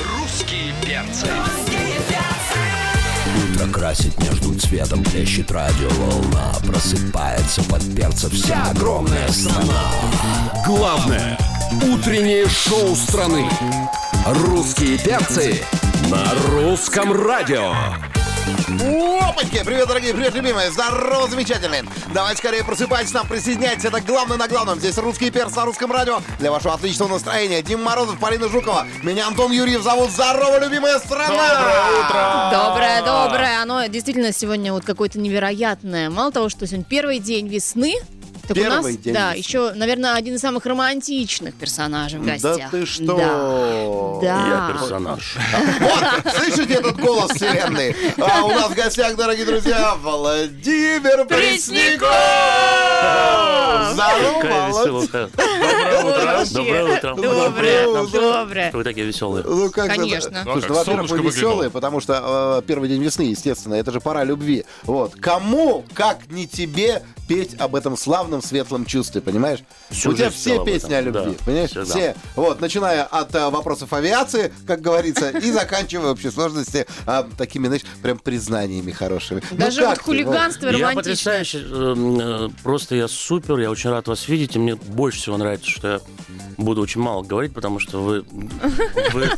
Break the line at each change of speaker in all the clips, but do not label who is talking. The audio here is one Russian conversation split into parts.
Русские перцы. Утро красит между цветом, плещет радиоволна Просыпается под перца вся огромная страна
Главное утреннее шоу страны.
Русские перцы
На русском радио.
Опачки! Привет, дорогие, привет, любимые! Здорово, замечательные! Давайте скорее просыпайтесь, нам присоединяйтесь. Это главное на главном. Здесь русский перс на русском радио. Для вашего отличного настроения. Дима Морозов, Полина Жукова. Меня Антон Юрьев зовут. Здорово, любимая страна! Доброе утро!
Доброе, доброе. Оно действительно сегодня вот какое-то невероятное. Мало того, что сегодня первый день весны, так у нас,
Первый день
да,
весны.
еще, наверное, один из самых романтичных персонажей в гостях.
Да ты что?
Да.
Я
Да.
персонаж.
Вот, слышите этот голос вселенной? А у нас в гостях, дорогие друзья, Владимир Пресняков!
Какая
Здорово, Володь!
веселуха.
Вообще.
Доброе утро.
Доброе
Доброе,
утро.
доброе.
Вы такие веселые.
Ну, как это-
Конечно.
Ну, а
Слушай,
как,
ну, во-первых,
солнышко
вы
выглянуло.
веселые, потому что э, первый день весны, естественно, это же пора любви. Вот. Кому, как не тебе, петь об этом славном, светлом чувстве, понимаешь?
Всю
У тебя
жизнь
все
пела об
песни
этом,
о любви,
да.
понимаешь?
Всегда.
Все. Вот, начиная от э, вопросов авиации, как говорится, и заканчивая в общей сложности э, такими, знаешь, прям признаниями хорошими. Ну,
Даже
как
вот
ты,
хулиганство
Я
романтичное.
потрясающе, эм, э, просто я супер, я очень рад вас видеть, и мне больше всего нравится, что я буду очень мало говорить, потому что вы, вы,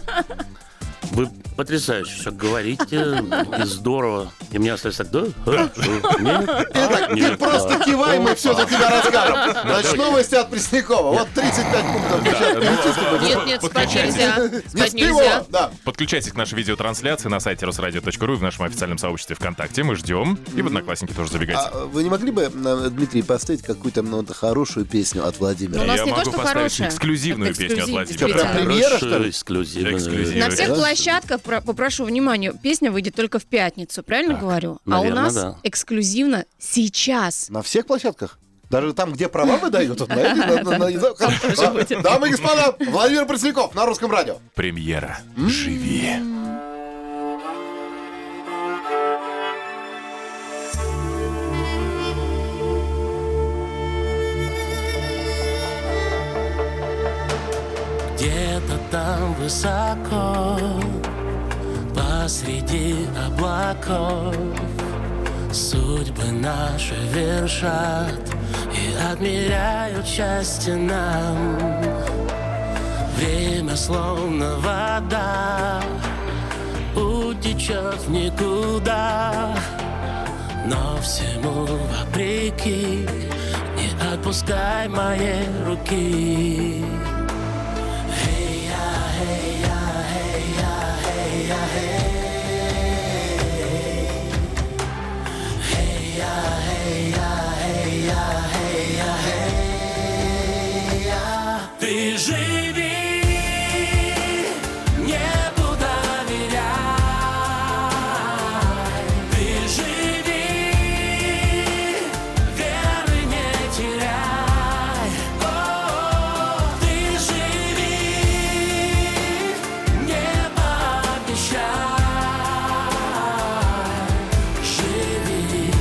вы потрясающе все говорите, и здорово. И мне остается так, да? э, э, Нет,
Итак, ты
Нет,
просто
да.
кивай, мы все за тебя расскажем. Значит, новости от Преснякова. Вот 35 пунктов.
Нет, нет, спать нельзя.
Не
Спать
спиво,
нельзя.
да.
Подключайтесь к нашей видеотрансляции на сайте русрадио.ру и в нашем официальном сообществе ВКонтакте. Мы ждем. И в Одноклассники тоже забегайте.
А вы не могли бы, э, Дмитрий, поставить какую-то ну, вот хорошую песню от
Ну, у
Владимира?
нас
Я
не то,
могу
что
поставить
хорошее.
эксклюзивную
Это
песню от
эксклюзив,
Владимира.
Что, прям
действительно.
премьера, что ли?
эксклюзивно.
На всех
Да.
площадках, про- попрошу внимания, песня выйдет только в пятницу, правильно говорю? А у
наверно,
нас
да.
эксклюзивно сейчас.
На всех площадках? Даже там, где права выдают, вот на этих, на- на- на- не знаю, как- Дамы и господа, Владимир Пресняков на русском радио.
Премьера. Живи.
Где-то там высоко Посреди облаков Судьбы наши вершат И отмеряют счастье нам Время словно вода Утечет в никуда Но всему вопреки Не отпускай моей руки Ты живи, небу доверяй. Ты живи, веры не теряй. О, ты живи, небо обещай. Живи,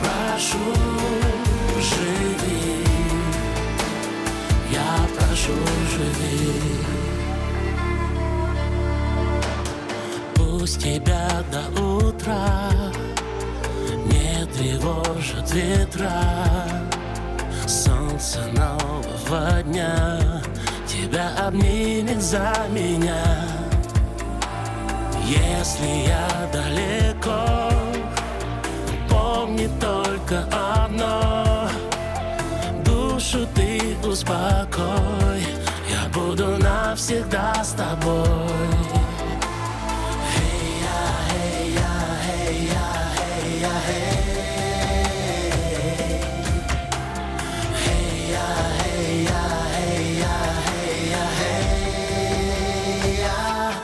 прошу, живи. Я прошу, живи Пусть тебя до утра Не тревожат ветра Солнце нового дня Тебя обнимет за меня Если я далеко Помни только одно душу ты успокой, я буду навсегда с тобой.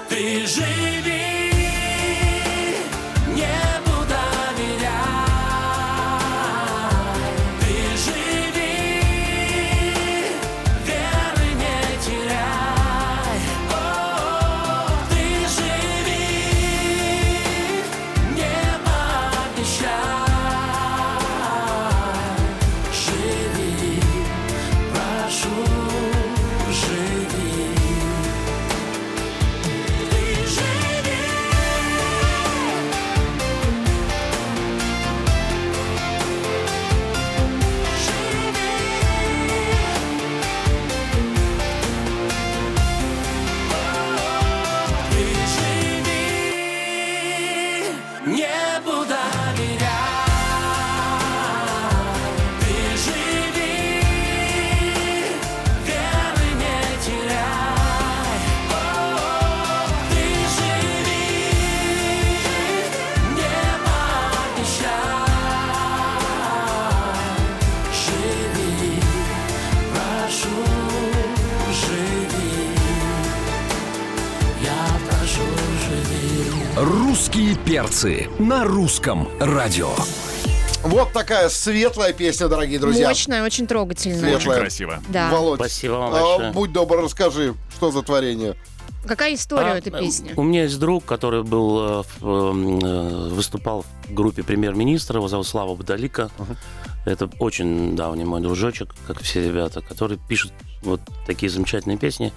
Ты живи, небу доверяй. Ты живи, веры не теряй. О, ты живи, небо обещай.
Русские перцы на русском радио.
Вот такая светлая песня, дорогие друзья.
Мощная, очень трогательная.
Свет.
Очень красиво.
Да.
Володь,
Спасибо вам
а,
большое.
будь добр, расскажи, что за творение.
Какая история у
А,
этой
э,
песни?
У меня есть друг, который был э, в, э, выступал в группе премьер-министра, его зовут Слава Бадалика. Это очень давний мой дружочек, как все ребята, который пишет вот такие замечательные песни.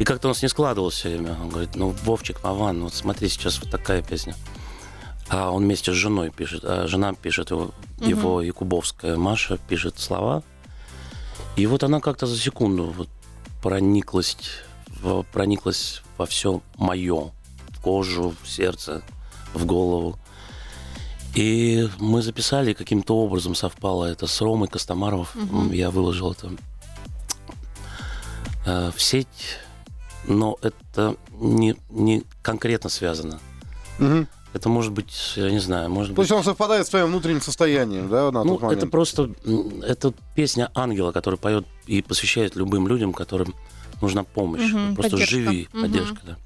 И как-то у нас не складывалось все время. Он говорит, ну, Вовчик, Маван, вот смотри, сейчас вот такая песня. А он вместе с женой пишет. А жена пишет, его, его якубовская Маша пишет слова. И вот она как-то за секунду вот прониклась, в- прониклась во все мое, в кожу, в сердце, в голову. И мы записали, каким-то образом совпало это с Ромой Костомаров. М, Я выложил это э, в сеть, но это не, не конкретно связано. Это может быть, я не знаю, может
То
быть...
есть он совпадает с твоим внутренним состоянием, да, на
Ну,
тот А, момент?
это просто м, это песня ангела, которая поет и посвящает любым людям, которым нужна помощь. Ну,
Мгм,
просто
поддержка.
живи,
Мгм.
поддержка, да.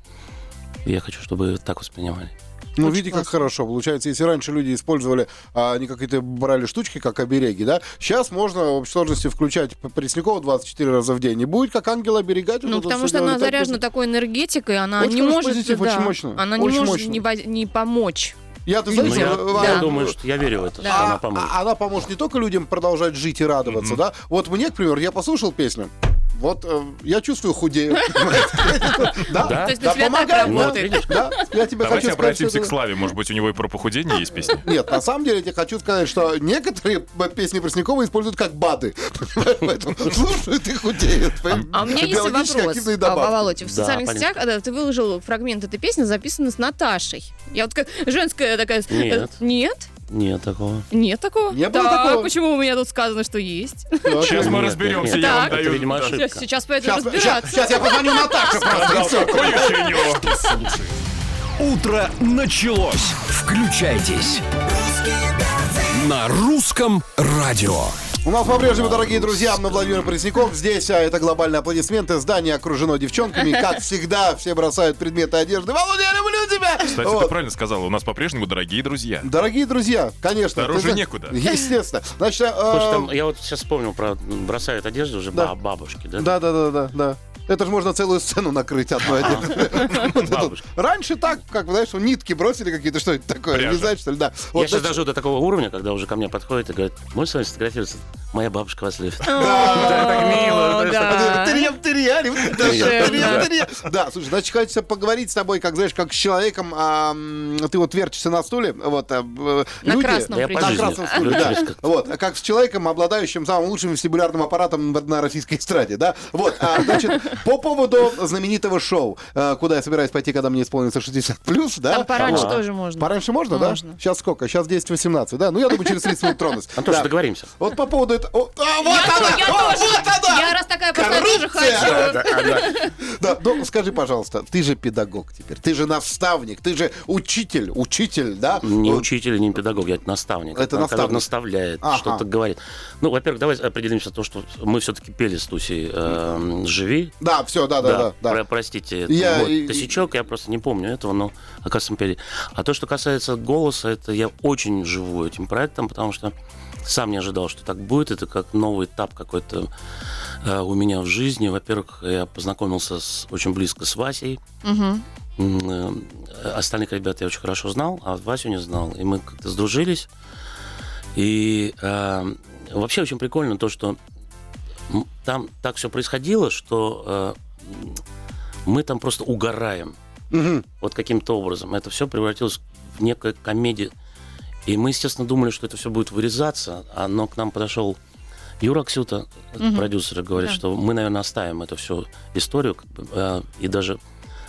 И я хочу, чтобы так воспринимали.
Ну,
Очень
видите, как
классно.
хорошо. Получается, если раньше люди использовали, а, они какие-то брали штучки, как обереги, да, сейчас можно в общей сложности включать П- Преснякова 24 раза в день. И будет как ангел оберегать.
Ну,
вот это
потому
всё
что она
делать. Так,
заряжена такой энергетикой, она
Очень
не
хороший
может...
позитив,
да,
очень мощно,
Она не
очень
может
мощно.
не во- не помочь.
Я, ты
Ну,
знаешь,
я,
э,
я
а,
думаю, что я верю в это,
Да.
что
а-
она поможет.
а- она поможет не только людям продолжать жить и радоваться, да. Вот мне, к примеру, я послушал песню. Вот э, я чувствую худею.
Да?
То есть на
Да,
тебя так
помогает, да.
работает.
Да, я тебе хочу
Давайте
сказать, что
обратимся
это-
к Славе. Может быть, у него и про похудение есть песня?
Нет, на самом деле я тебе хочу сказать, что некоторые б- песни Преснякова используют как бады. Поэтому слушают и худеют.
А у меня есть
Биологически
вопрос,
активные
а,
добавки.
Володь. В
Да,
социальных
понятно.
сетях а, ты выложил фрагмент этой песни, записанный с Наташей. Я вот как женская такая... э,
Нет.
Нет?
Нет такого.
Нет такого?
Не было
Так,
такого.
Почему у меня тут сказано, что есть?
Ну,
Сейчас мы
Нет,
разберемся,
нет,
я вам
нет.
Это,
даю.
видимо,
да.
ошибка.
Сейчас, сейчас пойду
Сейчас,
разбираться.
сейчас я позвоню Наташе просто. и всё.
Какое еще у него?
Утро началось. Включайтесь. На русском радио.
У нас по-прежнему, дорогие друзья, на Владимир Пресняков. Здесь а, это глобальные аплодисменты. Здание окружено девчонками. Как всегда, все бросают предметы одежды. Володя, я люблю тебя!
Кстати,
Вот.
ты правильно сказала, у нас по-прежнему дорогие друзья.
Дорогие друзья, конечно.
Дороже
ты знаешь-
некуда.
Естественно. Значит, а,
Слушай, там, я вот сейчас вспомнил про м, бросают одежду уже ба- бабушки, да?
Да, да, да, да, да. Это же можно целую сцену накрыть одной одеждой. Вот это вот.
Бабушка.
Раньше так, как, знаешь, нитки бросили какие-то, что это такое,
Пряжа.
вязать, что ли, да.
Я
Вот,
сейчас
значит,
дожил до такого уровня, когда уже ко мне подходит и говорит, можешь с вами сфотографироваться? Моя бабушка вас любит.
Да, так мило. А.
вот это тырьям тырья, ребята,
Душевно.
тырьям тырья. Да, слушай, значит, хочется поговорить с тобой, как, знаешь, как с человеком, а, м, ты вот верчишься на стуле, вот, а, э,
На
люди-
красном
Да я
при
по
на
том.
жизни.
красном стуле, да.
Люблю как-то.
Вот, а как с человеком, обладающим самым лучшим вестибулярным аппаратом на- на российской эстраде, да? Вот, а, значит, по поводу знаменитого шоу, э, куда я собираюсь пойти, когда мне исполнится 60 плюс, да?
Там пораньше
Ага.
тоже можно.
Пораньше можно, да?
Можно.
Сейчас сколько? Сейчас 10-18, да? Ну, я думаю, через 30 минут тронусь.
Антоша,
Да.
А договоримся.
Вот по поводу этого... О, а, вот
Я
она!
тоже, я
О,
тоже.
вот она!
Я раз такая пошла, тоже
Коррупция!
хочу.
а,
Да, ну, скажи, пожалуйста, ты же педагог теперь, ты же наставник, ты же учитель, учитель, да? Ну,
Не
Вот.
учитель, не педагог, я наставник.
Это
Который
наставник.
наставляет,
Ага.
что-то говорит. Ну, во-первых, давай определимся то, что мы все-таки пели с Тусей эм, «Живи».
Да, все, да, да, да.
про-
да.
простите,
Я-
я,
и-
косячок, я просто не помню этого, но оказывается мы пели. А то, что касается голоса, это я очень живу этим проектом, потому что сам не ожидал, что так будет. Это как новый этап какой-то э, у меня в жизни. Во-первых, я познакомился с, очень близко с Васей. М, э, Остальных ребят я очень хорошо знал, а Васю не знал. И мы как-то сдружились. И э, вообще очень прикольно то, что м, там так все происходило, что э, м, мы там просто угораем.
Мгм.
Вот каким-то образом. Это все превратилось в некое комедию. И мы, естественно, думали, что это все будет вырезаться, а- но к нам подошел Юра Ксюта, продюсер, и говорит,
Да.
что мы, наверное, оставим эту всю историю как бы, э, и даже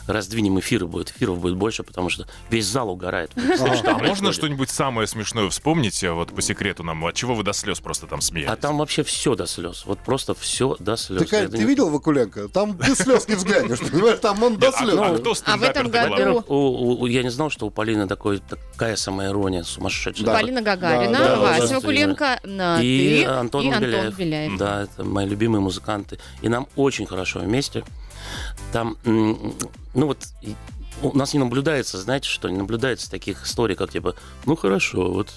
раздвинем эфиры будет, эфиров будет больше, потому что весь зал угорает. Вы представляете, что
А
происходит?
можно что-нибудь самое смешное вспомнить, э, вот по секрету нам, от чего вы до слез просто там смеялись?
А там вообще все до слез. Вот просто все до слез.
Ты, Кать,
Это
а ты
не-
видел Вакуленко? Там без слез не взглянешь, понимаешь? Там он до
А- а
ну,
слез.
кто стендапер-то
этом
была?
году-
Во-первых, у- у- я не знал, что у Полины такой, такая самоирония сумасшедшая.
Да.
Полина Гагарина,
Да, да,
Вася
да.
Вакуленко, на
и
А, ты
Антон,
и
Беляев.
Антон Беляев.
Да, это мои любимые музыканты. И нам очень хорошо вместе. Там, м, ну вот, и у нас не наблюдается, знаете что, не наблюдается таких историй, как типа, ну хорошо, вот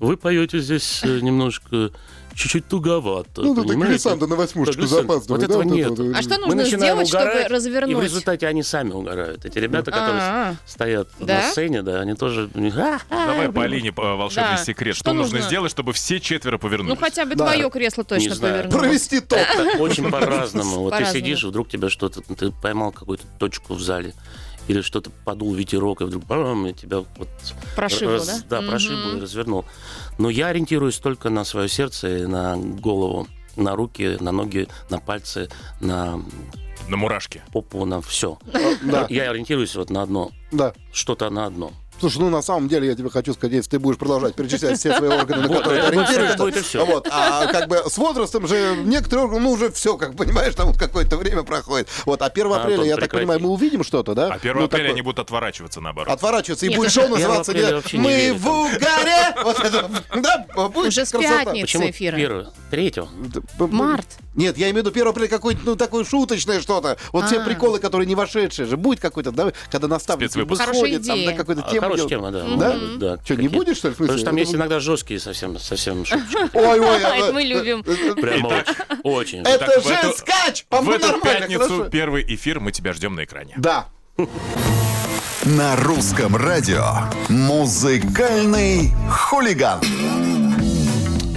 вы поете здесь э, немножко, чуть-чуть туговато.
Ну, ну, так
понимаете?
Александр на восьмушечку
Так, Александр,
запаздывает.
вот этого
да, вот
нет.
это вот.
А что
Мы
нужно
начинаем
сделать, чтобы
угорать, и в
развернуть?
результате они сами угорают. Эти ребята, которые
А,
с- стоят
Да?
на сцене, да, они тоже... у них, «Ха-ха».
Давай по Алине э, волшебный
Да.
секрет.
Что
Что, нужно
нужно?
сделать, чтобы все четверо повернулись?
Ну хотя бы твое кресло точно
Не знаю.
повернулось.
Провести топ.
Это Очень по-разному. Вот ты
По-разному.
сидишь, вдруг тебя что-то, ты поймал какую-то точку в зале, или что-то подул ветерок, и вдруг бам, и тебя вот
Прошибло,
раз-
да?
Да, прошибло и развернул. Но я ориентируюсь только на свое сердце и на голову, на руки, на ноги, на пальцы, на
На мурашке.
попу, на все.
Да,
Я ориентируюсь вот на одно,
да.
что-то на одно.
Слушай, ну на самом деле я тебе хочу сказать, если ты будешь продолжать перечислять все свои органы, на
Вот,
которые ты
я думаю, что это
ориентируешься,
будет и всё.
вот, а как бы с возрастом же некоторые органы, ну уже все, как понимаешь, там вот какое-то время проходит. Вот, а 1 апреля,
Антон,
я так
прекрати.
понимаю, мы увидим что-то, да?
А 1
Ну,
апреля
такое.
они будут отворачиваться наоборот.
Отворачиваться, и
Нет,
будет шоу называться
апреля
не-
вообще не
«Мы
верю,
в
там.
угаре». Вот это, да, будет
Уже с
красота.
пятницы.
Почему
эфира.
первое? Третьего?
Март.
Нет, я имею в виду 1 апреля какое-то, ну, такое шуточное что-то. Вот все
А.
приколы, которые не вошедшие же. Будет какой-то, да, когда наставник
Спецвыпуск.
Хорошая
выходит, там,
идея.
да, какой-то
А,
тему.
Хорошая
делает.
тема, да.
Да?
может быть, да
Что, не
какие-то.
будешь, что ли, в Ну, смысле?
Потому что там есть иногда жесткие совсем, совсем шутки.
Ой, ой,
Это
ой.
мы любим.
Прямо очень. очень.
Это
Итак, в
же
эту-
скач!
В
По-моему,
эту
нормально,
пятницу
хорошо.
первый эфир. Мы тебя ждем на экране.
Да.
На русском радио музыкальный хулиган.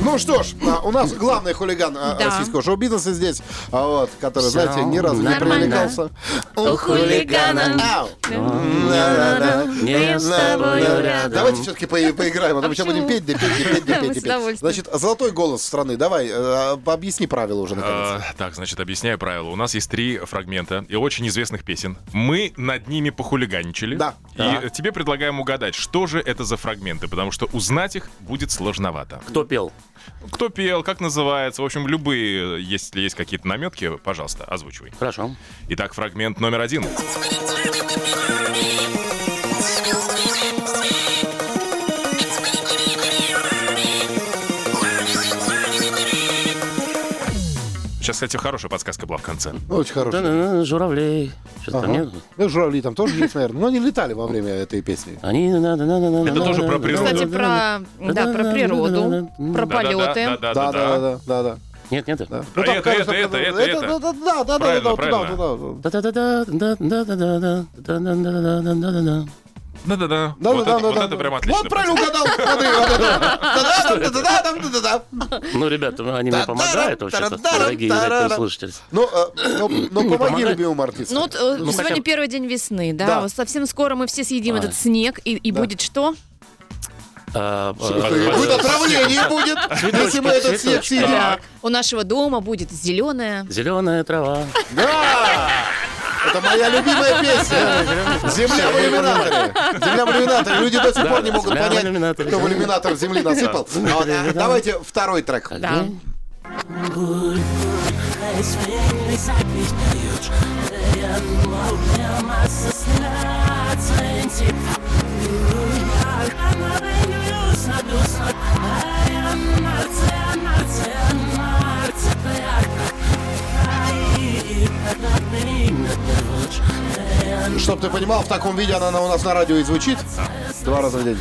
Ну что ж, а, у нас главный хулиган а,
Да.
российского шоу-бизнеса здесь, а, вот, который,
Всё
знаете, ни разу не
нормально.
привлекался.
У хулигана.
Ау.
Да-да-да.
Не с тобою рядом.
Давайте все-таки поиграем, а то мы сейчас
почему?
будем петь, да, петь, да, петь, да,
Мы
петь, да,
с
петь.
удовольствием.
Значит, золотой голос страны, давай, э, объясни правила уже, наконец.
Э, так, значит, объясняю правила. У нас есть три фрагмента и очень известных песен. Мы над ними похулиганчили.
Да.
И тебе предлагаем угадать, что же это за фрагменты, потому что узнать их будет сложновато.
Кто пел?
Кто пел, как называется, в общем, любые, если есть какие-то наметки, пожалуйста, озвучивай.
Хорошо.
Итак, фрагмент номер один. Сейчас, кстати, хорошая подсказка была в конце.
Очень хороший.
Да-да-да, Журавлей. Что-то там
Ага.
нет?
Ну, журавли там тоже есть, наверное. Но они летали во время этой песни.
Они... Это
Это тоже про природу.
Кстати, про, да, про природу, про полеты.
Да, да, да,
Да-да-да.
да, да, да.
Нет, нет.
да.
А это,
кажется,
это, это, это.
да, да, да, да, да, да,
Правильно,
вот туда,
правильно.
туда, туда.
Да-да-да-да-да-да-да-да-да-да-да-да-да-да.
Да-да-да.
Да,
Вот
да,
это-
да,
вот
да,
это
да.
прям отлично.
Вот правильно угадал. Смотри, вот это. Да-да, да-да-да, да-да-да.
Ну, ребята, они мне помогают вообще-то,
Та-дарам,
дорогие
та-дарам.
радиослушатели.
Ну, э, ну, ну, помоги
помогает.
любимому артисту.
Ну, вот, э,
Ну,
сегодня
хотя бы-
первый день весны, да?
Да.
Вот совсем скоро мы все съедим
А.
этот снег, и, и будет что?
А, а,
Будет отравление будет, если мы этот снег
цветочки.
съедим.
Да. У нашего дома будет зеленая.
Зеленая трава.
Да! Это моя любимая песня. Земля в иллюминаторе. Земля в иллюминаторе. Люди до сих пор не
да,
могут
земля в
понять,
иллюминаторе.
кто в иллюминатор земли насыпал. А вот, а, Давайте второй трек.
Да.
Чтоб ты понимал, в таком виде она у нас на радио и звучит. Два раза в день.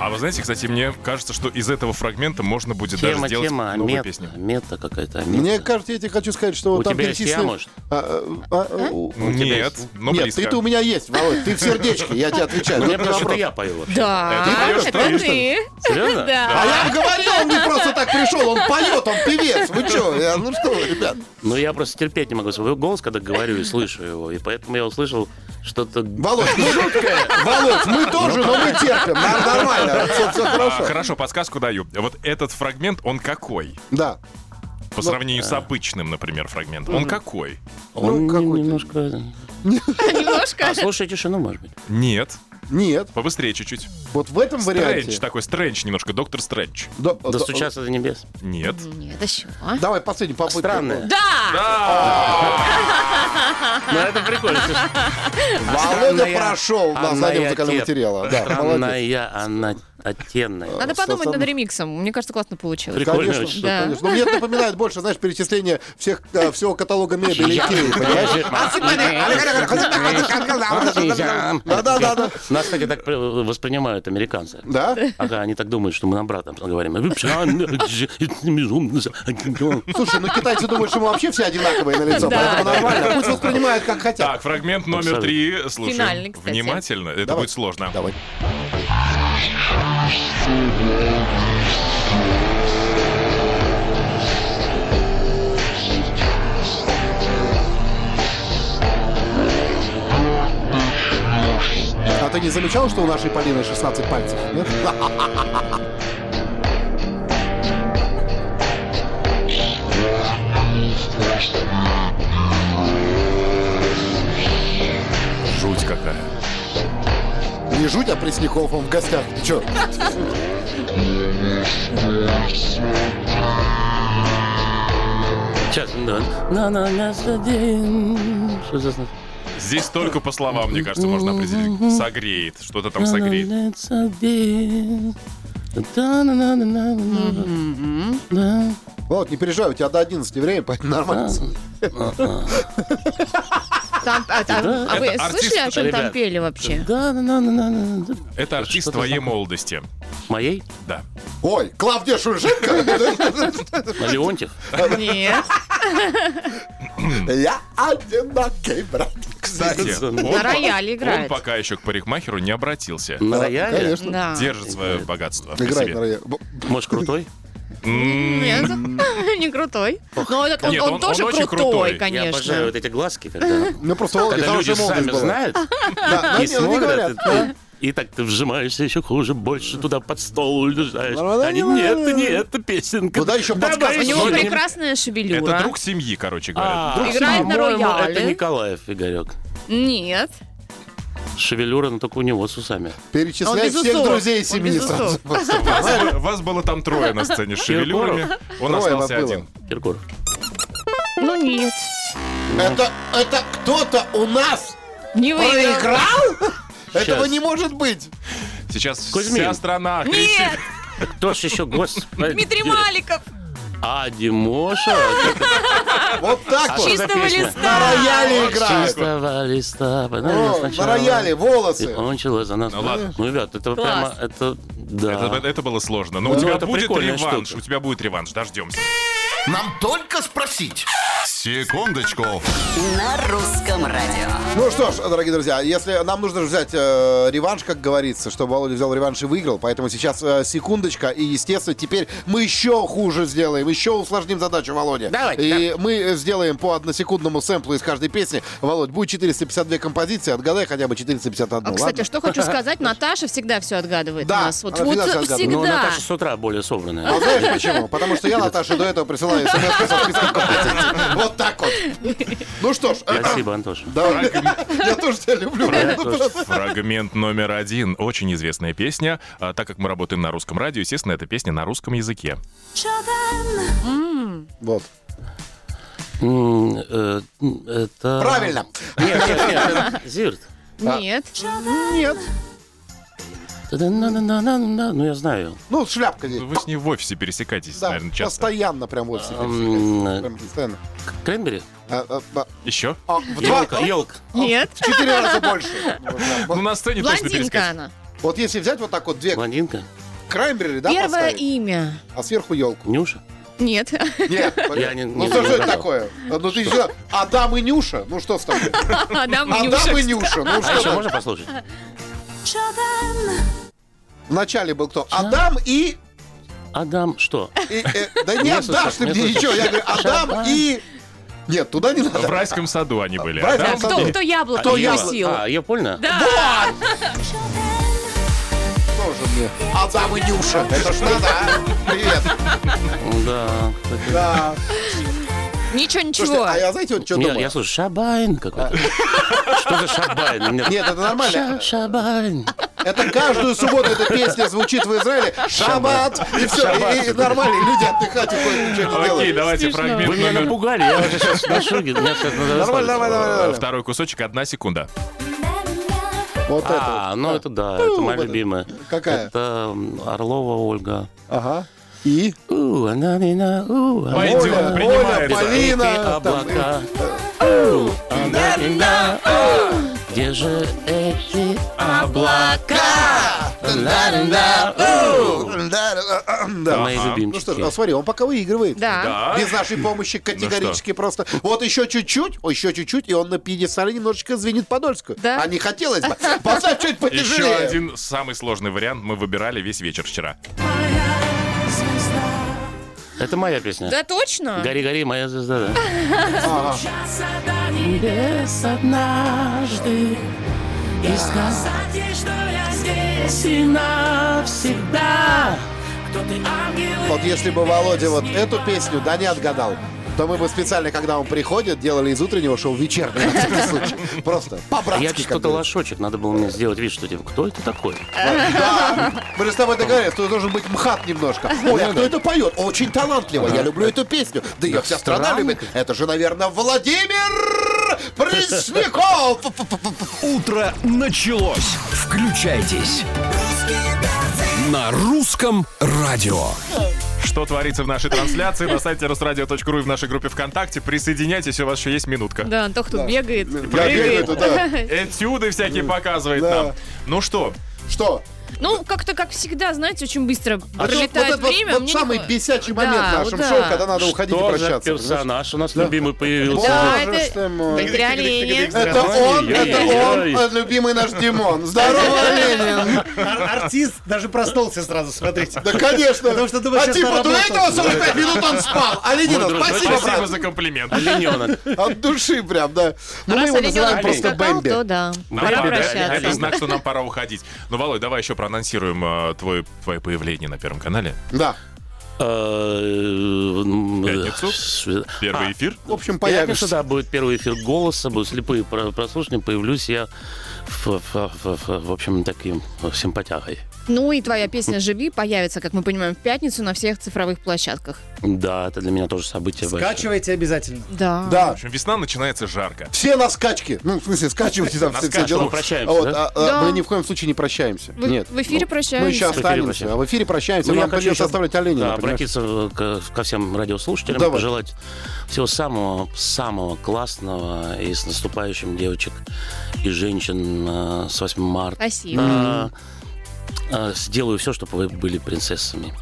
А вы знаете, кстати, мне кажется, что из этого фрагмента можно будет даже
Тема,
сделать
тема,
новую
мета.
песню.
Мета какая-то.
Мне
Мне
кажется, я тебе хочу сказать, что
У
там
тебя есть
перечислены-
я, может?
А, а, а, у-
тебя
Нет,
есть?
но
Нет,
близко.
ты-то у меня есть, Володь, ты в сердечке, я тебе отвечаю.
Мне
Тут не
потому что
вопрос.
я пою. вообще.
Да,
поешь, что
это
ли, что
ты.
Серьезно?
Да.
А я вам говорил, он не просто так пришел, он поет, он певец. Вы что? Ну что, вы, ребят?
Ну, я просто терпеть не могу свой голос, когда говорю и слышу его. И поэтому я услышал что-то...
Володь, ну, Володь, мы
Ну,
тоже, но мы терпим. Нам нормально, все,
А,
хорошо.
Хорошо, подсказку даю. Вот этот фрагмент, он какой?
Да. Ну, э.
По сравнению с обычным, например, фрагментом. Он какой?
Он
ну, какой-то.
немножко...
Немножко.
А, слушай тишину, может быть.
Нет.
Нет,
Побыстрее чуть-чуть.
вот в этом
Стрэндж
варианте.
такой, стрэндж немножко, доктор Стрэндж.
Да, да,
Достучаться до небес.
Нет.
Нет, а чего?
Давай последний попытку.
Странное.
Да!
Ну, это прикольно. слушай.
Володя
Странная
прошел на
она
заднем
и
музыкального
отен-
материала. Да, молодец.
Странная она оттенная.
Надо подумать над ремиксом. Мне кажется, классно получилось.
Прикольно
Конечно,
очень.
Да.
конечно. Но мне это напоминает больше, знаешь, перечисление всех, э, всего каталога мебели Икеи, понимаешь? Да-да-да.
Нас, кстати, так э, воспринимают американцы.
Да?
Ага, они так думают, что мы на братом говорим.
Слушай, ну китайцы думают, что мы вообще все одинаковые на лицо,
Да.
поэтому нормально. Пусть воспринимают как хотят.
Так, фрагмент номер
Абсолютно.
три. Слушай,
Финальный, кстати.
внимательно. Это будет сложно.
Давай. А ты не замечал, что у нашей Полины 16 пальцев? Нет?
Жуть какая.
Не жуть, а Пресняков, он в гостях. Ты чё?
Сейчас. На на на Что за знак?
Здесь только по словам, мне кажется, можно определить. Согреет. Что-то там согреет.
Согреет.
Вот, не переживай, у тебя до 11 время, поэтому нормально.
Там- а- а- А вы
Это
слышали, о
артист,
чем там
ребят.
пели вообще?
Это артист
что-то
твоей
такое.
молодости.
Моей?
Да.
Ой, Клавдия Шульженко?
Леонтьев?
Нет.
Я одинокий брат.
Кстати, он
На
по-
рояле
Он
играет.
пока еще к парикмахеру не обратился.
На
Да,
рояле?
Конечно.
Да.
Держит свое богатство при
Играет
себе.
на рояле. Б-
Может, крутой?
Нет, не крутой. Но этот- он,
Нет,
он
он-
тоже
он очень
крутой,
крутой. Я
Я
конечно.
обожаю вот эти глазки, когда
Ну просто Володя
когда
хорошая
люди сами
молодость была.
знают
Да, но
и
не- ну, не говорят.
смотрят. И и так ты вжимаешься еще хуже, больше туда под стол улезаешь.
Нормально,
Они, нет,
нормально.
нет, это песенка.
Куда еще
Давай
подсказка?
У него
сегодня.
прекрасная шевелюра.
Это друг семьи, короче говоря.
А,
Друг Играет семьи. на
по-моему,
рояле.
Это Николаев, Игорек.
Нет.
Шевелюра, но только у него с усами.
Он
Перечисляй
без
всех
усов.
друзей
Он
семьи
без
сразу.
усов.
просто.
Вас- Вас было там трое на сцене с шевелюрами.
Трое
Он
вас
остался
было.
один.
Киркоров.
Ну нет.
Это, это кто-то у нас
Не выиграл.
проиграл? Этого
Щас.
не может быть.
Сейчас
Кузьмин.
вся страна кричит.
Нет,
Кто ж еще, господи.
Дмитрий Маликов.
А, Димоша?
Вот так вот.
А Чисто
Чистого
песня.
На
листа.
рояле играет.
Чистого листа. банана
О, На
сначала.
рояле,
И
волосы.
кончила за нас.
Ну ладно.
Ну, ребят, это прямо, это, да.
Это, это было сложно. Но у
Ну,
тебя
это
будет
прикольная
реванш.
штука.
У тебя будет реванш. Дождемся.
Нам только спросить. Секундочку.
На русском радио.
Ну что ж, дорогие друзья, если нам нужно же взять э, реванш, как говорится, чтобы Володя взял реванш и выиграл, поэтому сейчас э, секундочка, и, естественно, теперь мы еще хуже сделаем, еще усложним задачу Володя.
Давайте,
И мы э, сделаем по односекундному сэмплу из каждой песни. Володь, будет 452 композиции, отгадай хотя бы 451,
А, кстати,
Ну ладно?
что хочу сказать, Наташа всегда все отгадывает
Да,
у нас. Вот,
она
вот
всегда всё отгадывает.
Но
всегда.
Ну, Наташа с утра более собранная.
А знаешь почему? Потому что я Наташе до этого присылаю смс со списком компетенций. Вот так вот. Ну что ж, э,
Спасибо, Антош.
давай. Я тоже тебя люблю.
Фрагмент номер один. Очень известная песня. А, так как мы работаем на русском радио, естественно, эта песня на русском языке.
Вот.
М, э, м, Это...
Правильно.
Нет, нет, нет. Зирт.
Нет.
Нет.
Та-да-на-на-на-на-на. Ну, я знаю.
Ну, шляпка здесь.
Ну, Вы с ней в офисе пересекаетесь,
Да,
наверное, часто.
постоянно прям вот себе
Ам, э,
всегда. Прям постоянно.
Кренбери?
А, а, а,
Еще?
а, в два-
Елка, елка.
Нет.
в четыре раза больше.
Ну, на сцене точно
Блондинка
перескочит.
она.
Вот если взять вот так вот две
Блондинка?
краймбери, да,
Первое
поставить,
имя.
а сверху елку.
Нюша?
Нет.
Нет,
Я не-
ну
не-
что
не
же это
угадал.
такое? Ну ты еще Адам и Нюша, ну что с тобой?
Адам и Нюша.
Адам и Нюша, ну
А еще
что?
можно послушать?
Вначале был кто? Адам и...
Адам что?
и, э, Да не
слышал,
отдашь ты
не
мне
слышал.
ничего, я говорю, Адам и... Нет, туда не
В
надо.
райском саду они были. а,
Брать
да?
Да,
там
Кто,
саду.
кто яблоко
Кто
Ева.
укусил?
А, я понял.
Тоже мне. Адам и Нюша. Это ж надо, а? Привет.
Да.
Да.
Ничего,
Слушайте,
ничего.
а я, знаете, вот что
Я,
думаю?
я слушаю, Шабайн какой-то. Что за Шабайн? У меня-
Нет, это нормально.
Ша- Шабайн.
Это каждую субботу эта песня звучит в Израиле. Шаббат! И все, и, и нормально, и люди отдыхать уходят, ничего не
Окей,
делают.
давайте
Смешно.
Вы
фрагмент
меня
номер...
напугали, я уже сейчас на шоке. Меня сейчас надо расслабиться.
Нормально, нормально,
э,
нормально.
Второй кусочек, одна секунда.
Вот это.
А, ну это да, это моя
вот это.
любимая.
Какая?
Это м, Орлова Ольга.
Ага. И?
У, она меня, у, она
Пойдет,
меня.
принимается.
Полина.
Эти
там, и-
облака. а, У,
а,
она меня, у. Где же эти А, облака? Да-да-да, у.
Да, да, да, да.
Мои
Ну что ж,
любимчики.
а смотри, он пока выигрывает.
Да.
Без нашей помощи категорически просто. Вот еще чуть-чуть, о, еще чуть-чуть, и он на пьедестале немножечко звенит Подольскую.
Да.
А не хотелось бы. Поставь чуть
Еще
потяжелее.
один самый сложный вариант мы выбирали весь вечер вчера.
Это моя песня.
Да точно?
Гори, гори, моя звезда. да.
Вот если бы Володя вот эту песню, да, не отгадал, то мы бы специально, когда он приходит, делали из утреннего шоу вечернее, на всякий случай. Просто по-братски.
А Я
как
что-то
говорится.
лошочек, надо было мне сделать вид, что типа, кто это такой?
Мы же с тобой договорились, тут должен быть мхат немножко. Ой, а кто это поет? Очень талантливо, я люблю эту песню. Да ее вся страна любит. Это же, наверное, Владимир Пресняков.
Утро началось. Включайтесь. На русском радио.
Что творится в нашей трансляции на сайте русрадио.ру и в нашей группе ВКонтакте. Присоединяйтесь, у вас еще есть минутка.
Да, Антох тут бегает.
Я бегаю туда.
Этюды всякие показывает
Да.
нам. Ну что,
Что?
Ну, как-то, как всегда, знаете, очень быстро
А тут вот
пролетает
этот вот-
время.
вот
мне
самый
не хо-
бесячий момент в
Да,
нашем
вот да.
шоу, когда надо уходить и
Что за
прощаться.
персонаж у нас любимый появился?
Да,
Боже ж ты
это
мой.
олени.
Это он, это
Ой.
он, э, любимый наш Димон. Здорово, Ленин.
Ар- Артист даже проснулся сразу, смотрите.
Да, конечно.
Потому что думаешь,
а
сейчас
типа до
наработал.
этого 45 минут он спал. Оленина,
друг,
спасибо,
спасибо
брат.
за комплимент.
Олененок.
От души прям, да. Ну, мы
Раз
его
Оленёнок
называем просто
поскакал, то
Бэмби.
да,
Нам
пора
пора, да? Это
прощаться.
знак, что нам пора уходить. Ну, Володь, давай еще проанонсируем э, твое, твое появление на Первом канале.
Да.
А, э,
Пятницу? Первый эфир.
В общем,
Пятница,
появишься.
да, будет первый эфир голоса, будут слепые про- прослушивания, появлюсь я в, в- в- в- в общем таким э, симпатягой.
Ну и твоя песня «Живи» появится, как мы понимаем, в пятницу на всех цифровых площадках.
Да, это для меня тоже событие. большое.
Скачивайте обязательно.
Да.
В
Да.
общем, весна начинается жарко.
Все на скачке. Ну, в смысле, скачивайте там
На
все, все
скачку.
дела.
Мы прощаемся,
Вот,
да?
а, а,
Да.
Мы ни в коем случае не прощаемся.
В-
Нет.
в эфире
Ну, Мы
прощаемся.
еще
В эфире
останемся.
прощаемся.
А в эфире прощаемся.
Ну, я
Нам
хочу
придется
еще,
оставлять Оленина.
да,
понимаешь?
обратиться к- ко всем радиослушателям,
Давай.
пожелать всего самого, самого классного и с наступающим девочек и женщин э, с 8 марта.
Спасибо.
А, а, Сделаю все, чтобы вы были принцессами.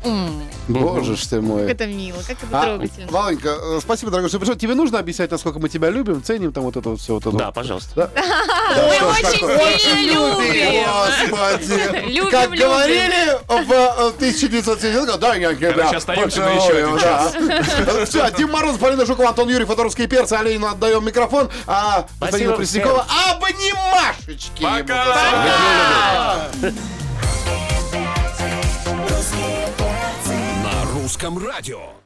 Боже ж ты мой.
Как это мило, как это
А,
трогательно.
Володенька, э, спасибо, дорогой, что пришел. Тебе нужно объяснять, насколько мы тебя любим, ценим там вот это вот все. Вот это
Да,
вот?
пожалуйста.
Да, что
А, Мы
ж
очень
такое?
сильно любим.
Господи.
Любим,
как
любим.
говорили в э, 1970 году, да, я тебя
Короче, остаемся на
больше
еще
люблю,
один
да. Все, Э, Дим Мороз, Полина Жукова, Антон Юрьев, Федоровские перцы, Оленину отдаем микрофон, а Константину
всем.
Преснякова обнимашечки. ему
Пока!
засунем.
На русском радио.